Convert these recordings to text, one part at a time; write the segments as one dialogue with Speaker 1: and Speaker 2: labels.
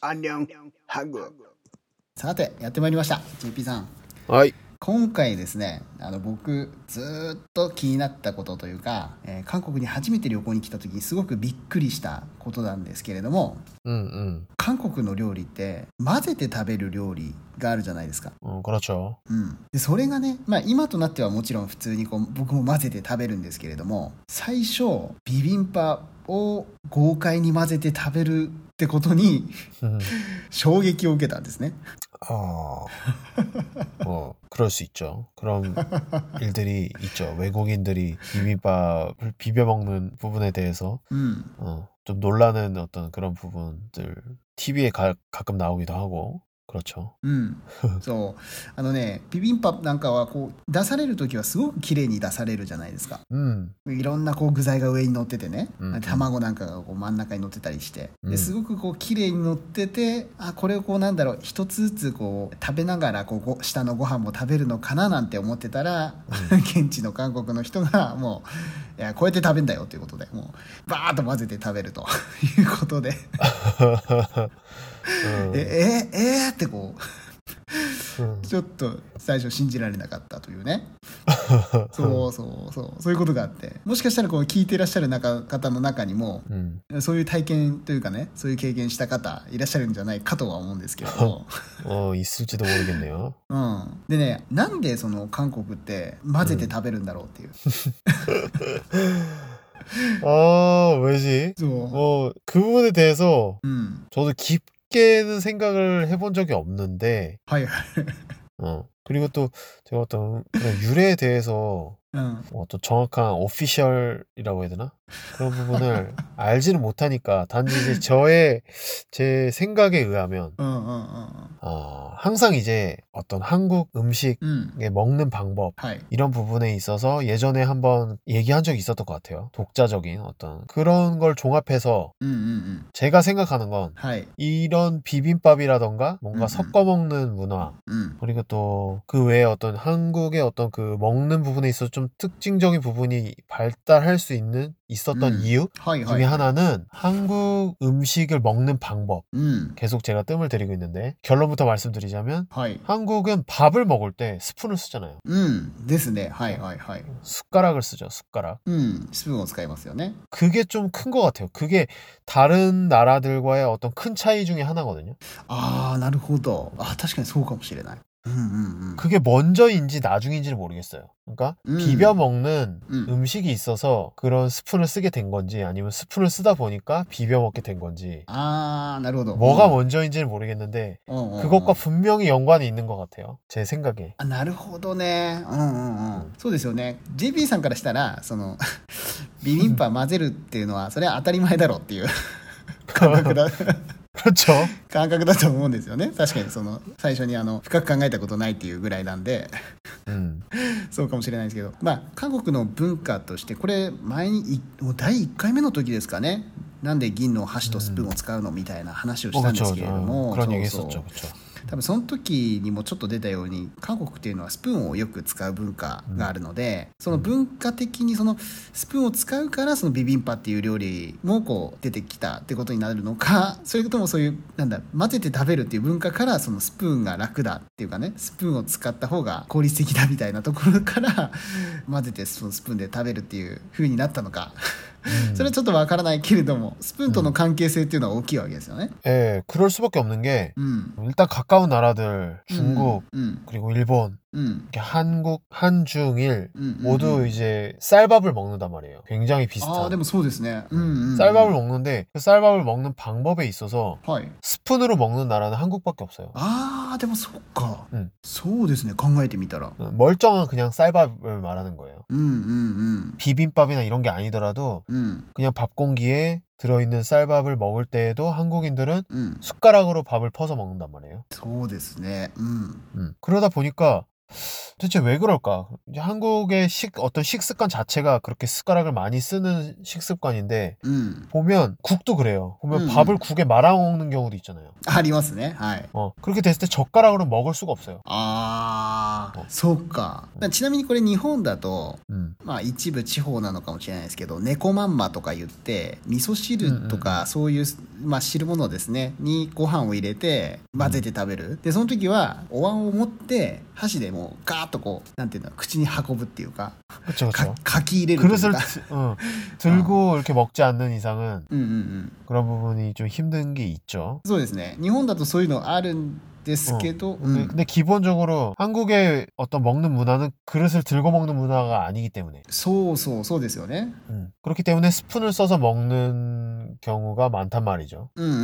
Speaker 1: 안녕 한국
Speaker 2: さてやってまいりました JP さん
Speaker 3: はい。
Speaker 2: 今回ですねあの僕ずーっと気になったことというか、えー韓国に初めて旅行に来た時にすごくびっくりしたことなんですけれども
Speaker 3: うん
Speaker 2: 韓国の料理って混ぜて食べる料理があるじゃないですか、
Speaker 3: うん。うん、그렇죠。
Speaker 2: うん、でそれがね、まあ、今となってはもちろん普通にこう僕も混ぜて食べるんですけれども最初ビビンパを豪快に混ぜて食べるってことに衝撃を受けたんですね
Speaker 3: 아, 뭐 그럴 수 있죠. 그런 일들이 있죠. 외국인들이 비빔밥을 비벼 먹는 부분에 대해서
Speaker 2: うん
Speaker 3: 어, 좀 놀라는 어떤 그런 부분들 TV에 가, 가끔 나오기도 하고 그렇죠.
Speaker 2: うん、そうあのねビビンパなんかはこう出される時はすごく綺麗に出されるじゃないですか
Speaker 3: 음,
Speaker 2: いろんなこう具材が上に乗っててね、
Speaker 3: うん
Speaker 2: 卵なんかがこう真ん中に乗ってたりして
Speaker 3: う
Speaker 2: で
Speaker 3: ん
Speaker 2: すごくこう綺麗に乗っててあこれをこうなんだろう一つずつこう食べながらこうご下のご飯も食べるのかななんて思ってたら、現地の韓国の人がもういやこうやって食べんだよということでもうバーッと混ぜて食べるということで
Speaker 3: 음,
Speaker 2: ええええってこう。
Speaker 3: 음,
Speaker 2: ちょっと最初信じられなかったというねそうそうそうそういうことがあってもしかしたらこう聞いていらっしゃる中方の中にも
Speaker 3: 음,
Speaker 2: そういう体験というかねそういう経験した方いらっしゃるんじゃないかとは思うんですけれ ど、
Speaker 3: 어 있을지도 모르겠네요.
Speaker 2: うん、でねなんでその韓国って混ぜて食べるんだろうっていう、
Speaker 3: 아, 왜지?
Speaker 2: そう、
Speaker 3: 뭐 그 부분에 대해서
Speaker 2: うん、
Speaker 3: 저도 깊게는 생각을 해본 적이 없는데,
Speaker 2: はいはい、
Speaker 3: 어. 그리고 또 제가 어떤 그런 유래에 대해서
Speaker 2: うん、
Speaker 3: 어, 또 정확한 오피셜이라고 해야 되나? 그런 부분을 알지는 못하니까 단지 이제 저의 제 생각에 의하면
Speaker 2: うんうんうん
Speaker 3: 어, 항상 이제 어떤 한국
Speaker 2: う
Speaker 3: 음식의
Speaker 2: んうん
Speaker 3: 먹는 방법
Speaker 2: はい、
Speaker 3: 이런 부분에 있어서 예전에 한번 얘기한 적이 있었던 것 같아요. 독자적인 어떤 그런 걸 종합해서
Speaker 2: うんうんうん、
Speaker 3: 제가 생각하는 건
Speaker 2: はい、
Speaker 3: 이런 비빔밥이라던가
Speaker 2: 음,
Speaker 3: 뭔가
Speaker 2: 음.
Speaker 3: 섞어 먹는 문화
Speaker 2: うん、
Speaker 3: 그리고 또 그 외에 어떤 한국의 어떤 그 먹는 부분에 있어서 좀 특징적인 부분이 발달할 수 있는 있었던
Speaker 2: 음,
Speaker 3: 이유
Speaker 2: はいは
Speaker 3: 중에
Speaker 2: い、
Speaker 3: 하나는 한국 음식을 먹는 방법
Speaker 2: うん、
Speaker 3: 계속 제가 뜸을 들이고 있는데 결론부터 말씀드리자면
Speaker 2: はい、
Speaker 3: 한국은 밥을 먹을 때 스푼을 쓰잖아요
Speaker 2: うんですね、はいはいはい、
Speaker 3: 숟가락을 쓰죠 숟가락
Speaker 2: うん、スプーンを使いますよね。
Speaker 3: 그게 좀 큰 것 같아요 그게 다른 나라들과의 어떤 큰 차이 중에 하나거든요
Speaker 2: ああ、なるほど。あ確かにそうかもしれない。うんうんうん。
Speaker 3: 그게 먼저인지 나중인지는 모르겠어요. 그러니까
Speaker 2: 음.
Speaker 3: 비벼 먹는
Speaker 2: 음.
Speaker 3: 음. 식이 있어서 그런 스푼을 쓰게 된 건지 아니면 스푼을 쓰다 보니까 비벼 먹게 된 건지
Speaker 2: ああ、なるほど。
Speaker 3: 뭐가 먼저인지는 모르겠는데
Speaker 2: うんうんうん
Speaker 3: 그것과 분명히 연관이 있는 것 같아요. 제 생각에.
Speaker 2: あなるほどね。うんうんう
Speaker 3: うん
Speaker 2: ん。そうですよね。JP さんからしたら、その、 ビビンパ混ぜるっていうのは、それは当たり前だろうっていう 感覚だ、
Speaker 3: 그렇죠.
Speaker 2: 感覚だと思うんですよね。確かに、その、最初にあの、深く考えたことないっていうぐらいなんで。
Speaker 3: 음.
Speaker 2: そうかもしれないですけど、まあ、韓国の文化としてこれ前にいもう第1回目の時ですかねなんで銀の箸とスプーンを使うのみたいな話をし
Speaker 3: 어,
Speaker 2: たんで
Speaker 3: 그렇죠.
Speaker 2: すけれど
Speaker 3: 어,
Speaker 2: も、
Speaker 3: 그런
Speaker 2: そう
Speaker 3: 얘기
Speaker 2: そう
Speaker 3: 했었죠. 그렇죠.
Speaker 2: 多分その時にもちょっと出たように韓国っていうのはスプーンをよく使う文化があるので、その文化的にそのスプーンを使うからそのビビンパっていう料理もこう出てきたってことになるのか それともそういうなんだ混ぜて食べるっていう文化からそのスプーンが楽だっていうかねスプーンを使った方が効率的だみたいなところから 混ぜてそのスプーンで食べるっていう風になったのか それはちょっとわからないけれどもスプーンとの関係性っていうのは大きいわけですよね。
Speaker 3: 예, 그럴 수밖에 없는 게
Speaker 2: うん、
Speaker 3: 일단 가까운 나라들 중국
Speaker 2: うん
Speaker 3: 그리고 일본
Speaker 2: うん
Speaker 3: 이렇게 한국 한중일
Speaker 2: うんうんうん
Speaker 3: 모두 이제 쌀밥을 먹는단 말이에요. 굉장히
Speaker 2: ああで
Speaker 3: 비슷한.
Speaker 2: もそうですね。うんうんうん
Speaker 3: 쌀밥을 먹는데 그 쌀밥을 먹는 방법에 있어서
Speaker 2: はい。
Speaker 3: 스푼으로 먹는 나라는 한국밖에 없어요.
Speaker 2: ああでもそっか、
Speaker 3: うん
Speaker 2: そうですね考えてみたら。
Speaker 3: 멀쩡한 그냥 쌀밥을 말하는 거예요.
Speaker 2: うんうん
Speaker 3: 비빔밥이나 이런 게 아니더라도
Speaker 2: うんうん
Speaker 3: 그냥 밥 공기에 들어있는 쌀밥을 먹을 때에도 한국인들은
Speaker 2: うん
Speaker 3: 숟가락으로 밥을 퍼서 먹는단 말이에요. 음.
Speaker 2: そうですね。うん
Speaker 3: 그러다 보니까 대체 왜 그럴까? 이제 한국의 식 어떤 식습관 자체가 그렇게 숟가락을 많이 쓰는 식습관인데
Speaker 2: うん。
Speaker 3: 보면 국도 그래요. 보면
Speaker 2: 음.
Speaker 3: 밥을 국에 말아 먹는 경우도 있잖아요.
Speaker 2: ありますね。はい。
Speaker 3: 어, 그렇게 됐을 때 젓가락으로 먹을 수가 없어요.
Speaker 2: ああ、そうか。だからちなみにこれ日本だと、
Speaker 3: 음.
Speaker 2: まあ一部地方なのかもしれないですけど、猫まんまとか言って、味噌汁とかそういう、まあ汁物ですね、にご飯を入れて混ぜて食べる。で、その時はお椀を持って箸でもうガーッとこう、なんていうの、口に運ぶっていうか、
Speaker 3: 그렇죠,
Speaker 2: か
Speaker 3: 그렇죠.
Speaker 2: かき入れるという
Speaker 3: 그릇을
Speaker 2: か。
Speaker 3: 드- 어, 들고 이렇게 먹지 않는 이상은
Speaker 2: うんうんうん。
Speaker 3: 그런 부분이 좀 힘든 게 있죠.
Speaker 2: そうですね。日本だとそういうのあるんですけど、
Speaker 3: 근데,
Speaker 2: うん
Speaker 3: 근데 기본적으로 한국의 어떤 먹는 문화는 그릇을 들고 먹는 문화가 아니기 때문에
Speaker 2: そうそうそうですよね。
Speaker 3: 음. 그렇기 때문에 스푼을 써서 먹는 경우가 많단 말이죠.
Speaker 2: うんうんう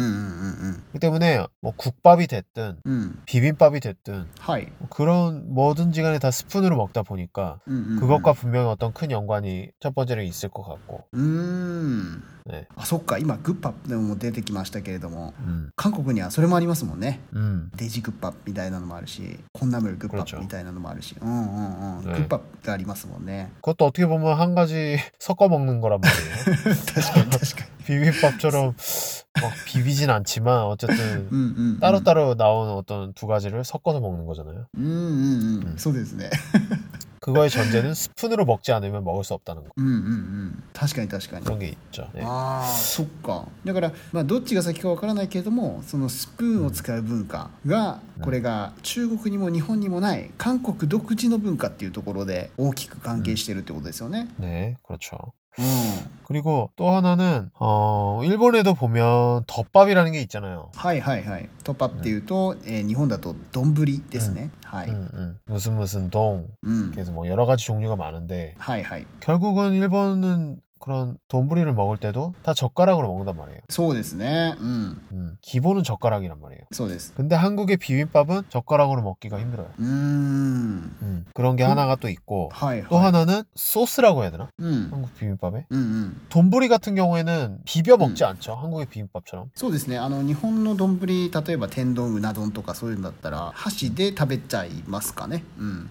Speaker 2: ん
Speaker 3: 그렇기 때문에 뭐 국밥이 됐든
Speaker 2: うんうん。うん。
Speaker 3: 비빔밥이 됐든 뭐
Speaker 2: はい。
Speaker 3: 그런 뭐든지 간에 다 스푼으로 먹다 보니까
Speaker 2: うんうんうん
Speaker 3: 그것과 분명히 어떤 큰 연관이 첫 번째로 있을 것 같고
Speaker 2: うーん。
Speaker 3: 네.
Speaker 2: あ、そっか。今、グッパでも出てきましたけれども、
Speaker 3: 음.
Speaker 2: 韓国にはそれもありますもんね。
Speaker 3: 음.
Speaker 2: デジグッパみたいなのもあるし、こんなムルグッパみたいなのもあるし、うんうんうん。グ
Speaker 3: ね
Speaker 2: ッパってありますもんね。
Speaker 3: 그것도 어떻게 보면 한 가지 섞어 먹는 거란 말이에요.
Speaker 2: 確かに確かに。
Speaker 3: 비빔밥처럼 막 비비진 않지만 어쨌든
Speaker 2: うんうん、うん。
Speaker 3: 따로따로 나온 어떤 두 가지를 섞어서 먹는 거잖아요.
Speaker 2: うんうんう
Speaker 3: うん
Speaker 2: ん。そうですね。
Speaker 3: 그거의 전제는 스푼으로 먹지 않으면 먹을 수 없다는 거.
Speaker 2: うんうんうん。確かに確かに。
Speaker 3: 그런 게 있죠. 네.
Speaker 2: ああそっかだから、まあ、どっちが先かわからないけれどもそのスプーンを使う文化が、これが中国にも日本にもない韓国独自の文化っていうところで大きく関係してるってことですよね。
Speaker 3: 네, 그렇죠.
Speaker 2: うん、
Speaker 3: 그리고 또 하나는 어, 일본에도 보면 덮밥이라는 게 있잖아요.
Speaker 2: はいはいはいトップアップっていうと、えー日本だと丼ですね、はい、
Speaker 3: 음, 음. 무슨 무슨 동
Speaker 2: うん、
Speaker 3: 그래서 뭐 여러 가지 종류가 많은데
Speaker 2: はいはい
Speaker 3: 결국은 일본은 그런 돈부리를 먹을 때도 다 젓가락으로 먹는단 말이에요.
Speaker 2: そうですねうん
Speaker 3: 음, 기본은 젓가락이란 말이에요.
Speaker 2: そうです
Speaker 3: 근데 한국의 비빔밥은 젓가락으로 먹기가 힘들어요.
Speaker 2: うーん
Speaker 3: 음, 그런 게 하나가 또 있고
Speaker 2: はい
Speaker 3: 또
Speaker 2: は
Speaker 3: 하나는 소스라고 해야 되나?
Speaker 2: い、うん、
Speaker 3: 한국 비빔밥에
Speaker 2: うんうん
Speaker 3: 돈부리 같은 경우에는 비벼
Speaker 2: 음.
Speaker 3: 먹지 않죠. 한국의 비빔밥처럼.
Speaker 2: そうですねあの日本の丼例えば天丼うな丼とかそういうのだったら箸で食べちゃいますかねうん、
Speaker 3: うん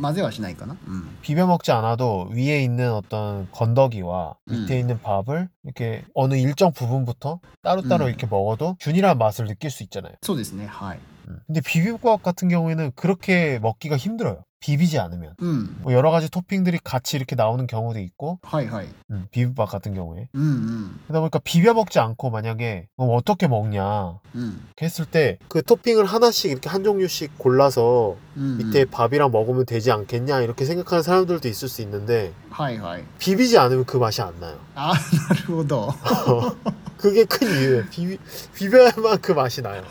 Speaker 2: 混ぜはしないかなうん、
Speaker 3: 비벼 먹지 않아도 위에 있는 어떤 건더기와
Speaker 2: 음.
Speaker 3: 밑에 있는 밥을 이렇게 어느 일정 부분부터 따로따로
Speaker 2: 음.
Speaker 3: 이렇게 먹어도 균일한 맛을 느낄 수 있잖아요. 음.
Speaker 2: そうですねはい
Speaker 3: 근데 비빔밥 같은 경우에는 그렇게 먹기가 힘들어요. 비비지 않으면.
Speaker 2: うん
Speaker 3: 뭐 여러 가지 토핑들이 같이 이렇게 나오는 경우도 있고
Speaker 2: はいはい
Speaker 3: 음, 비빔밥 같은 경우에
Speaker 2: うんうん
Speaker 3: 그러다 보니까 비벼 먹지 않고 만약에 그럼 어떻게 먹냐
Speaker 2: うん
Speaker 3: 이렇게 했을 때 그 토핑을 하나씩 이렇게 한 종류씩 골라서
Speaker 2: うん、うん、
Speaker 3: 밑에 밥이랑 먹으면 되지 않겠냐 이렇게 생각하는 사람들도 있을 수 있는데
Speaker 2: はいはい
Speaker 3: 비비지 않으면 그 맛이 안 나요.
Speaker 2: あーなるほど
Speaker 3: 그게 큰 이유예요. 비비, 비벼야만 그 맛이 나요.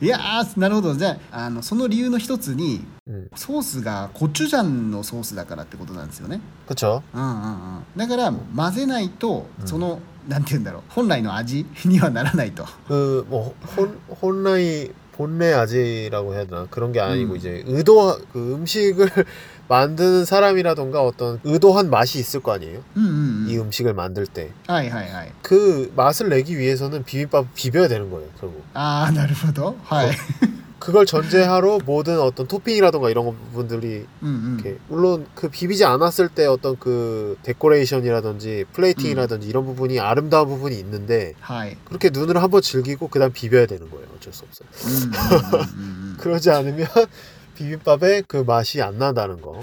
Speaker 2: いやーなるほどじゃああのその理由の一つに
Speaker 3: 음.
Speaker 2: ソースがコチュジャンのソースだからってことなんですよね
Speaker 3: 그렇죠.
Speaker 2: うんうんうんだから混ぜないとその、なんて言うんだろう本来の味にはならないと
Speaker 3: 그뭐 혼라이 본래 아지라고 해야 되나 그런 게 아니고
Speaker 2: 음.
Speaker 3: 이제 의도 그 음식을 만드는 사람이라던가 어떤 의도한 맛이 있을 거 아니에요.
Speaker 2: うんうんう
Speaker 3: 이
Speaker 2: ん
Speaker 3: 음식을 만들
Speaker 2: はいはいはい
Speaker 3: 때 그 맛을 내기 위해서는 비빔밥 비벼야 되는 거예요. 결국.
Speaker 2: ああなるほどはい、
Speaker 3: 그걸 전제하로 모든 어떤 토핑이라던가 이런 부분들이
Speaker 2: うんうん、
Speaker 3: 이렇게 물론 그 비비지 않았을 때 어떤 그 데코레이션이라든지 플레이팅이라든지 이런 부분이 아름다운 부분이 있는데
Speaker 2: はい、
Speaker 3: 그렇게 눈으로 한번 즐기고 그다음 비벼야 되는 거예요. 어쩔 수 없어요.
Speaker 2: うんうんうんう んうん
Speaker 3: 그러지 않으면 비빔밥에 그 맛이 안 난다는 거.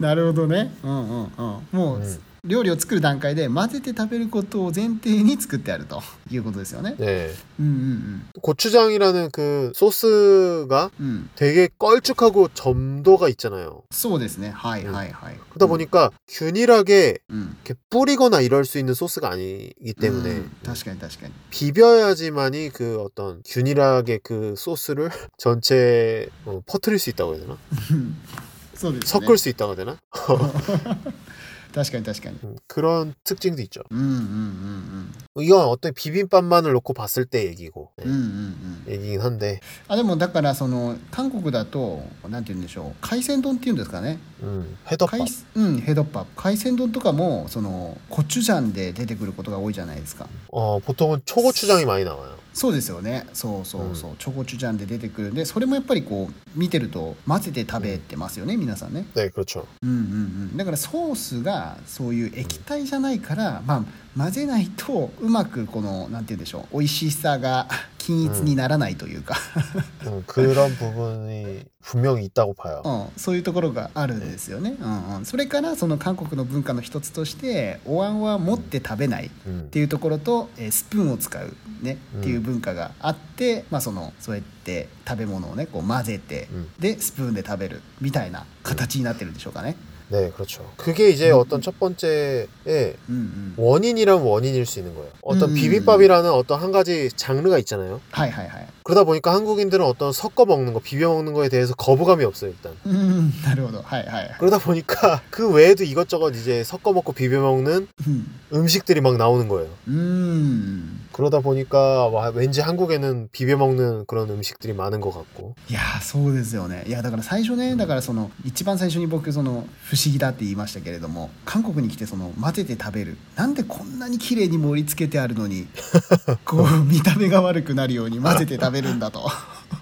Speaker 2: なるほどねうんうんうんもう、料理を作る段階で混ぜて食べることを前提に作ってあるということですよね
Speaker 3: 네.
Speaker 2: うんうん
Speaker 3: 또 고추장이라는 그 소스가
Speaker 2: うんうん
Speaker 3: 되게 껄쭉하고 점도가 있잖아요.
Speaker 2: そうですねはいはいはい
Speaker 3: 그러다 보니까 균일하게
Speaker 2: うん、
Speaker 3: 이렇게 뿌리거나 이럴 수 있는 소스가 아니기
Speaker 2: うん
Speaker 3: 때문에
Speaker 2: 確かに確かに
Speaker 3: 비벼야지만이 그 어떤 균일하게 그 소스를 전체에 어, 퍼뜨릴 수 있다고 해야 되나?
Speaker 2: そうですね
Speaker 3: 섞을 수 있다고 해야 되나?
Speaker 2: 確かに確かに
Speaker 3: 음, 그런 특징도 있죠.
Speaker 2: うんうんうん
Speaker 3: 이건 어떤 비빔밥만을 놓고 봤을 때 얘기고
Speaker 2: うんうんうんうん
Speaker 3: 네, 얘기긴 한데
Speaker 2: あでもだからその韓国だとなんて言うんでしょう海鮮丼っていうんですかね
Speaker 3: 음, 해덮밥
Speaker 2: 海鮮うんヘドッパ海鮮丼とかもそのコチュジャンで出てくることが多いじゃないですか
Speaker 3: 어 보통은 초고추장이 많이 나와요.
Speaker 2: そうですよねそうそうそう、チョコチュジャンで出てくるんでそれもやっぱりこう見てると混ぜて食べてますよね、皆さんね
Speaker 3: 네, 그렇죠.
Speaker 2: うんうんうんだからソースがそういう液体じゃないから、まあ、混ぜないとうまくこのなんて言うんでしょう美味しさが均一にならないというか、
Speaker 3: 음, 그런 부분이 분명히 있다고 봐요.
Speaker 2: うん、そういうところがあるんですよね、うんうん、それからその韓国の文化の一つとしてお椀は持って食べないっ
Speaker 3: 음,
Speaker 2: ていうところと、えースプーンを使う、ね、
Speaker 3: うん
Speaker 2: っていう文化があって、まあ、そのそうやって食べ物をねこう混ぜて、
Speaker 3: うん
Speaker 2: でスプーンで食べるみたいな形になってるんでしょうかね。
Speaker 3: 네, 그렇죠. 그게 이제 어떤 첫 번째의
Speaker 2: うんうん、
Speaker 3: 원인이라면 원인일 수 있는 거예요. 어떤
Speaker 2: 음.
Speaker 3: 비빔밥이라는 어떤 한 가지 장르가 있잖아요.
Speaker 2: はいはいはい。
Speaker 3: 그러다 보니까 한국인들은 어떤 섞어 먹는 거, 비벼 먹는 거에 대해서 거부감이 없어요, 일단.
Speaker 2: うんなるほどはいはいはい。
Speaker 3: 그러다 보니까 그 외에도 이것저것 이제 섞어 먹고 비벼 먹는
Speaker 2: うん。
Speaker 3: 음식들이 막 나오는 거예요.
Speaker 2: うーん
Speaker 3: 그러다 보니까 와, 왠지 한국에는 비벼 먹는 그런 음식들이 많은 것 같고.
Speaker 2: いやーそうですよねいやだから最初ねだからその一番最初に僕その不思議だって言いましたけれども韓国に来てその混ぜて食べるなんでこんなに綺麗に盛り付けてあるのにこう見た目が悪くなるように混ぜて食べるんだと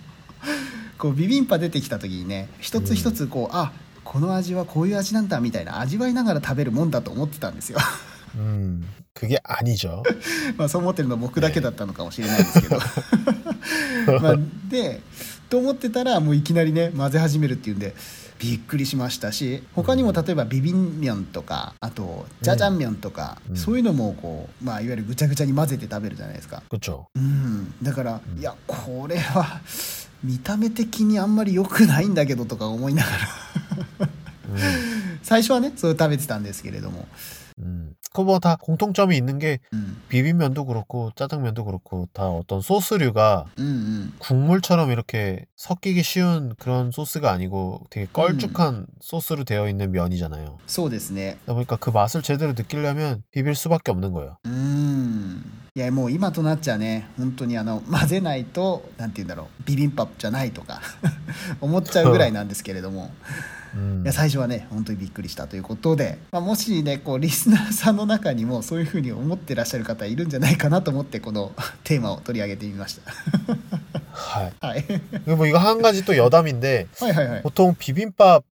Speaker 2: こうビビンパ出てきた時にね一つ一つこうあこの味はこういう味なんだみたいな味わいながら食べるもんだと思ってたんですよ
Speaker 3: 음, 그게 아니죠.
Speaker 2: まあそう思ってるのは僕だけだったのかもしれないですけど まあでと思ってたらもういきなりね混ぜ始めるっていうんでびっくりしましたし他にも例えばビビンミョンとかあとジャジャンミョンとか、
Speaker 3: うん
Speaker 2: そういうのもこう、まあ、いわゆるぐちゃぐちゃに混ぜて食べるじゃないですか。
Speaker 3: 그렇죠.
Speaker 2: うん、だから、いやこれは見た目的にあんまり良くないんだけどとか思いながら
Speaker 3: 음,
Speaker 2: 最初はねそれを食べてたんですけれども、
Speaker 3: 음. 그뭐다 공통점이 있는 게
Speaker 2: うん、
Speaker 3: 비빔면도 그렇고 짜장면도 그렇고 다 어떤 소스류가
Speaker 2: うんうん
Speaker 3: 국물처럼 이렇게 섞이기 쉬운 그런 소스가 아니고 되게 걸쭉한 소스로 되어 있는 면이잖아요.
Speaker 2: そうですね
Speaker 3: 그러다 보니까 그 맛을 제대로 느끼려면 비빌 수밖에 없는 거예요.
Speaker 2: うーんいやもう今となっちゃね本当にあの混ぜないとなんて言うんだろうビビンパじゃないとか 思っちゃうぐらいなんですけれども
Speaker 3: 음.
Speaker 2: いや最初はね本当にびっくりしたということで、まあ、もしねこうリスナーさんの中にもそういうふうに思ってらっしゃる方いるんじゃないかなと思ってこのテーマを取り上げてみました
Speaker 3: 하이.
Speaker 2: はい、
Speaker 3: 그리고 뭐 이거 한 가지 또 여담인데
Speaker 2: はいはいはい
Speaker 3: 보통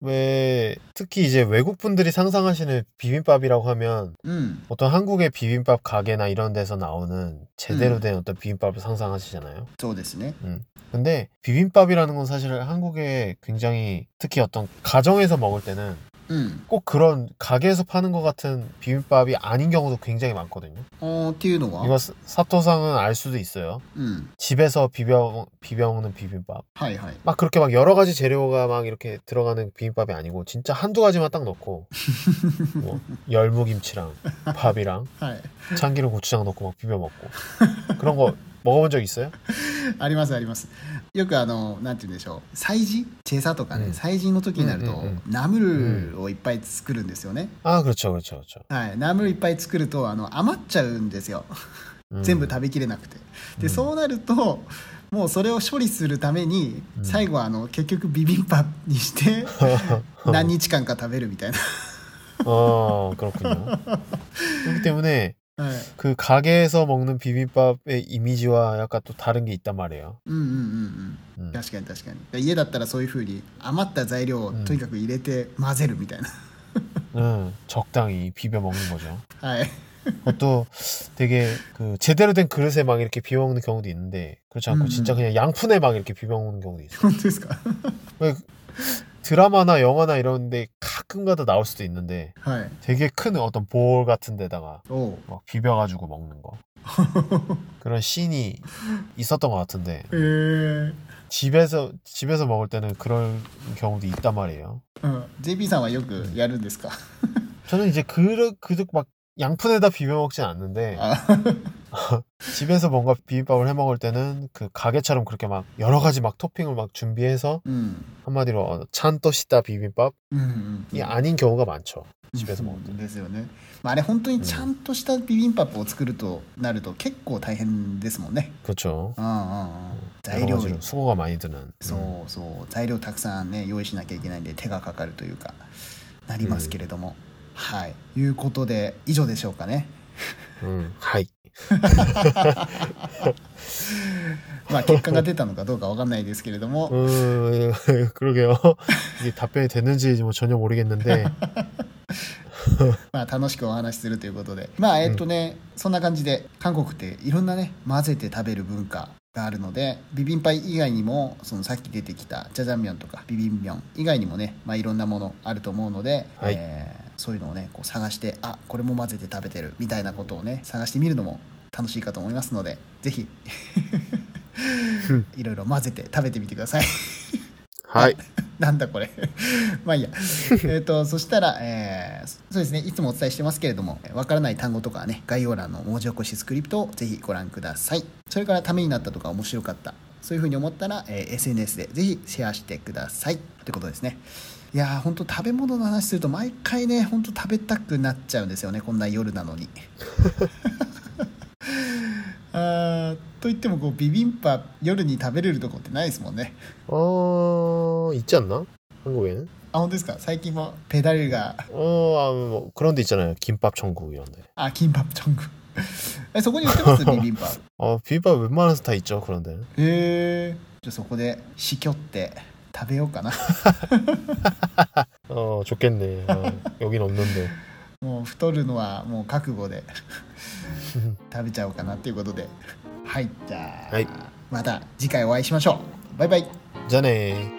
Speaker 3: 비빔밥에 특히 이제 외국 분들이 상상하시는 비빔밥이라고 하면
Speaker 2: うん、
Speaker 3: 보통 한국의 비빔밥 가게나 이런 데서 나오는 제대로
Speaker 2: 음.
Speaker 3: 된 어떤 비빔밥을 상상하시잖아요.
Speaker 2: そうですね
Speaker 3: 근데 비빔밥이라는 건 사실 한국에 굉장히 특히 어떤 가정에서 먹을 때는
Speaker 2: うん
Speaker 3: 꼭 그런 가게에서 파는 것 같은 비빔밥이 아닌 경우도 굉장히 많거든요.
Speaker 2: あーっていうの
Speaker 3: 이거
Speaker 2: は
Speaker 3: 사- 사토상은 알 수도 있어요.
Speaker 2: うん
Speaker 3: 집에서 비벼 비벼 먹는 비빔밥.
Speaker 2: はいはい
Speaker 3: 막 그렇게 막 여러 가지 재료가 막 이렇게 들어가는 비빔밥이 아니고 진짜 한두 가지만 딱 넣고 뭐 열무김치랑 밥이랑
Speaker 2: はい
Speaker 3: 참기름 고추장 넣고 막 비벼 먹고 그런 거 먹어본 적 있어요?
Speaker 2: ありますありますよくあのなんて言うんでしょう催事チェサとか
Speaker 3: う
Speaker 2: ね
Speaker 3: ん
Speaker 2: 催事の時になると、
Speaker 3: うんうんうん
Speaker 2: ナムルをいっぱい作るんですよね、
Speaker 3: 아 그렇죠 그렇죠 그렇죠
Speaker 2: はい、ナムルいっぱい作るとあの余っちゃうんですよ
Speaker 3: 음,
Speaker 2: 全部食べきれなくて、
Speaker 3: う
Speaker 2: で
Speaker 3: ん
Speaker 2: そうなるともうそれを処理するために、
Speaker 3: うん
Speaker 2: 最後はあの結局ビビンパにして何日間か食べるみたい
Speaker 3: 어 그렇군요 그렇기 때문에
Speaker 2: な、はい、
Speaker 3: 그 가게에서 먹는 비빔밥의 이미지와 약간 또 다른 게 있단 말이에요
Speaker 2: うんうんうんうん
Speaker 3: 음.
Speaker 2: 確かに確かに家だったらそういうふうに余った材料をとにかく入れて混ぜるみたいな、
Speaker 3: 음, 적당히 비벼 먹는 거죠
Speaker 2: はい
Speaker 3: 그것도 음. 되게 그 제대로 된 그릇에 막 이렇게 비벼 먹는 경우도 있는데 그렇지 않고
Speaker 2: 음.
Speaker 3: 진짜 그냥 양푼에 막 이렇게 비벼 먹는 경우도 있어요
Speaker 2: 本当ですか
Speaker 3: 왜 드라마나 영화나 이런데 가끔가다 나올 수도 있는데
Speaker 2: はい
Speaker 3: 되게 큰 어떤 볼 같은 데다가
Speaker 2: おう
Speaker 3: 막 비벼가지고 먹는 거 그런 씬이 있었던 것 같은데
Speaker 2: へえー
Speaker 3: 집에서 집에서 먹을 때는 그럴 경우도 있단 말이에요.
Speaker 2: うん、JP さんはよくやるんですか
Speaker 3: 저는 이제 그르 그득 막 양푼에다 비벼 먹진 않는데
Speaker 2: あ
Speaker 3: 집에서 뭔가 비빔밥을 해 먹을 때는 그 가게처럼 그렇게 막 여러 가지 막 토핑을 막 준비해서
Speaker 2: うん。
Speaker 3: 한마디로 어, 찬또 시다 비빔밥이
Speaker 2: うんうんうん
Speaker 3: 아닌 경우가 많죠. 음. 집에서 먹을
Speaker 2: う
Speaker 3: 때
Speaker 2: んですよね、まあ、あれ本当にちゃんとしたビビンパップを作るとなると結構大変ですもんね、
Speaker 3: 그렇죠.
Speaker 2: うんうんうん、材料
Speaker 3: 여러 가지로 수고가 많이 드는.
Speaker 2: そうそう材料たくさんね用意しなきゃいけないんで手がかかるというかなりますけれども、はいいうことで以上でしょうかね
Speaker 3: 음, 하이.
Speaker 2: まあ結果が出たのかどうかわかんないですけれども、
Speaker 3: 음, 그러게요. 이게 답변이 됐는지 뭐 전혀 모르겠는데
Speaker 2: まあ楽しくお話しするということでまあえっとね、そんな感じで韓国っていろんなね混ぜて食べる文化があるのでビビンパイ以外にもそのさっき出てきたジャジャンミョンとかビビンミョン以外にもね、まあ、いろんなものあると思うので、
Speaker 3: はい
Speaker 2: えーそういうのをねこう探してあこれも混ぜて食べてるみたいなことをね探してみるのも楽しいかと思いますのでぜ ひいろいろ混ぜて食べてみてください。
Speaker 3: 하이
Speaker 2: なんだこれまあいいやえっとそしたら、えーそうですねいつもお伝えしてますけれどもわからない単語とかはね概要欄の文字起こしスクリプトをぜひご覧くださいそれからためになったとか面白かったそういうふうに思ったら、えー SNS でぜひシェアしてくださいということですねいやー本当食べ物の話すると毎回ね本当食べたくなっちゃうんですよねこんな夜なのに あーといってもこうビビンパ夜に食べれるとこってないですもんね
Speaker 3: 어 있지 않나 한국에는?
Speaker 2: あ本当ですか最近もペダルが
Speaker 3: 어 아, 뭐 그런 데 있잖아요. 김밥 천국 이런데.
Speaker 2: あ金箔チョングえそこに売って ますビビンバへ
Speaker 3: 어 비밥 웬만해서 다 있죠 그런 데는.
Speaker 2: えじゃあそこでしきょって食べようかな
Speaker 3: 어 좋겠네. 어, 여긴 없는데.
Speaker 2: もう太るのはもう覚悟 で食べちゃおうかなっていうことではいじゃあ、
Speaker 3: はい
Speaker 2: また次回お会いしましょうバイバイ
Speaker 3: 자네.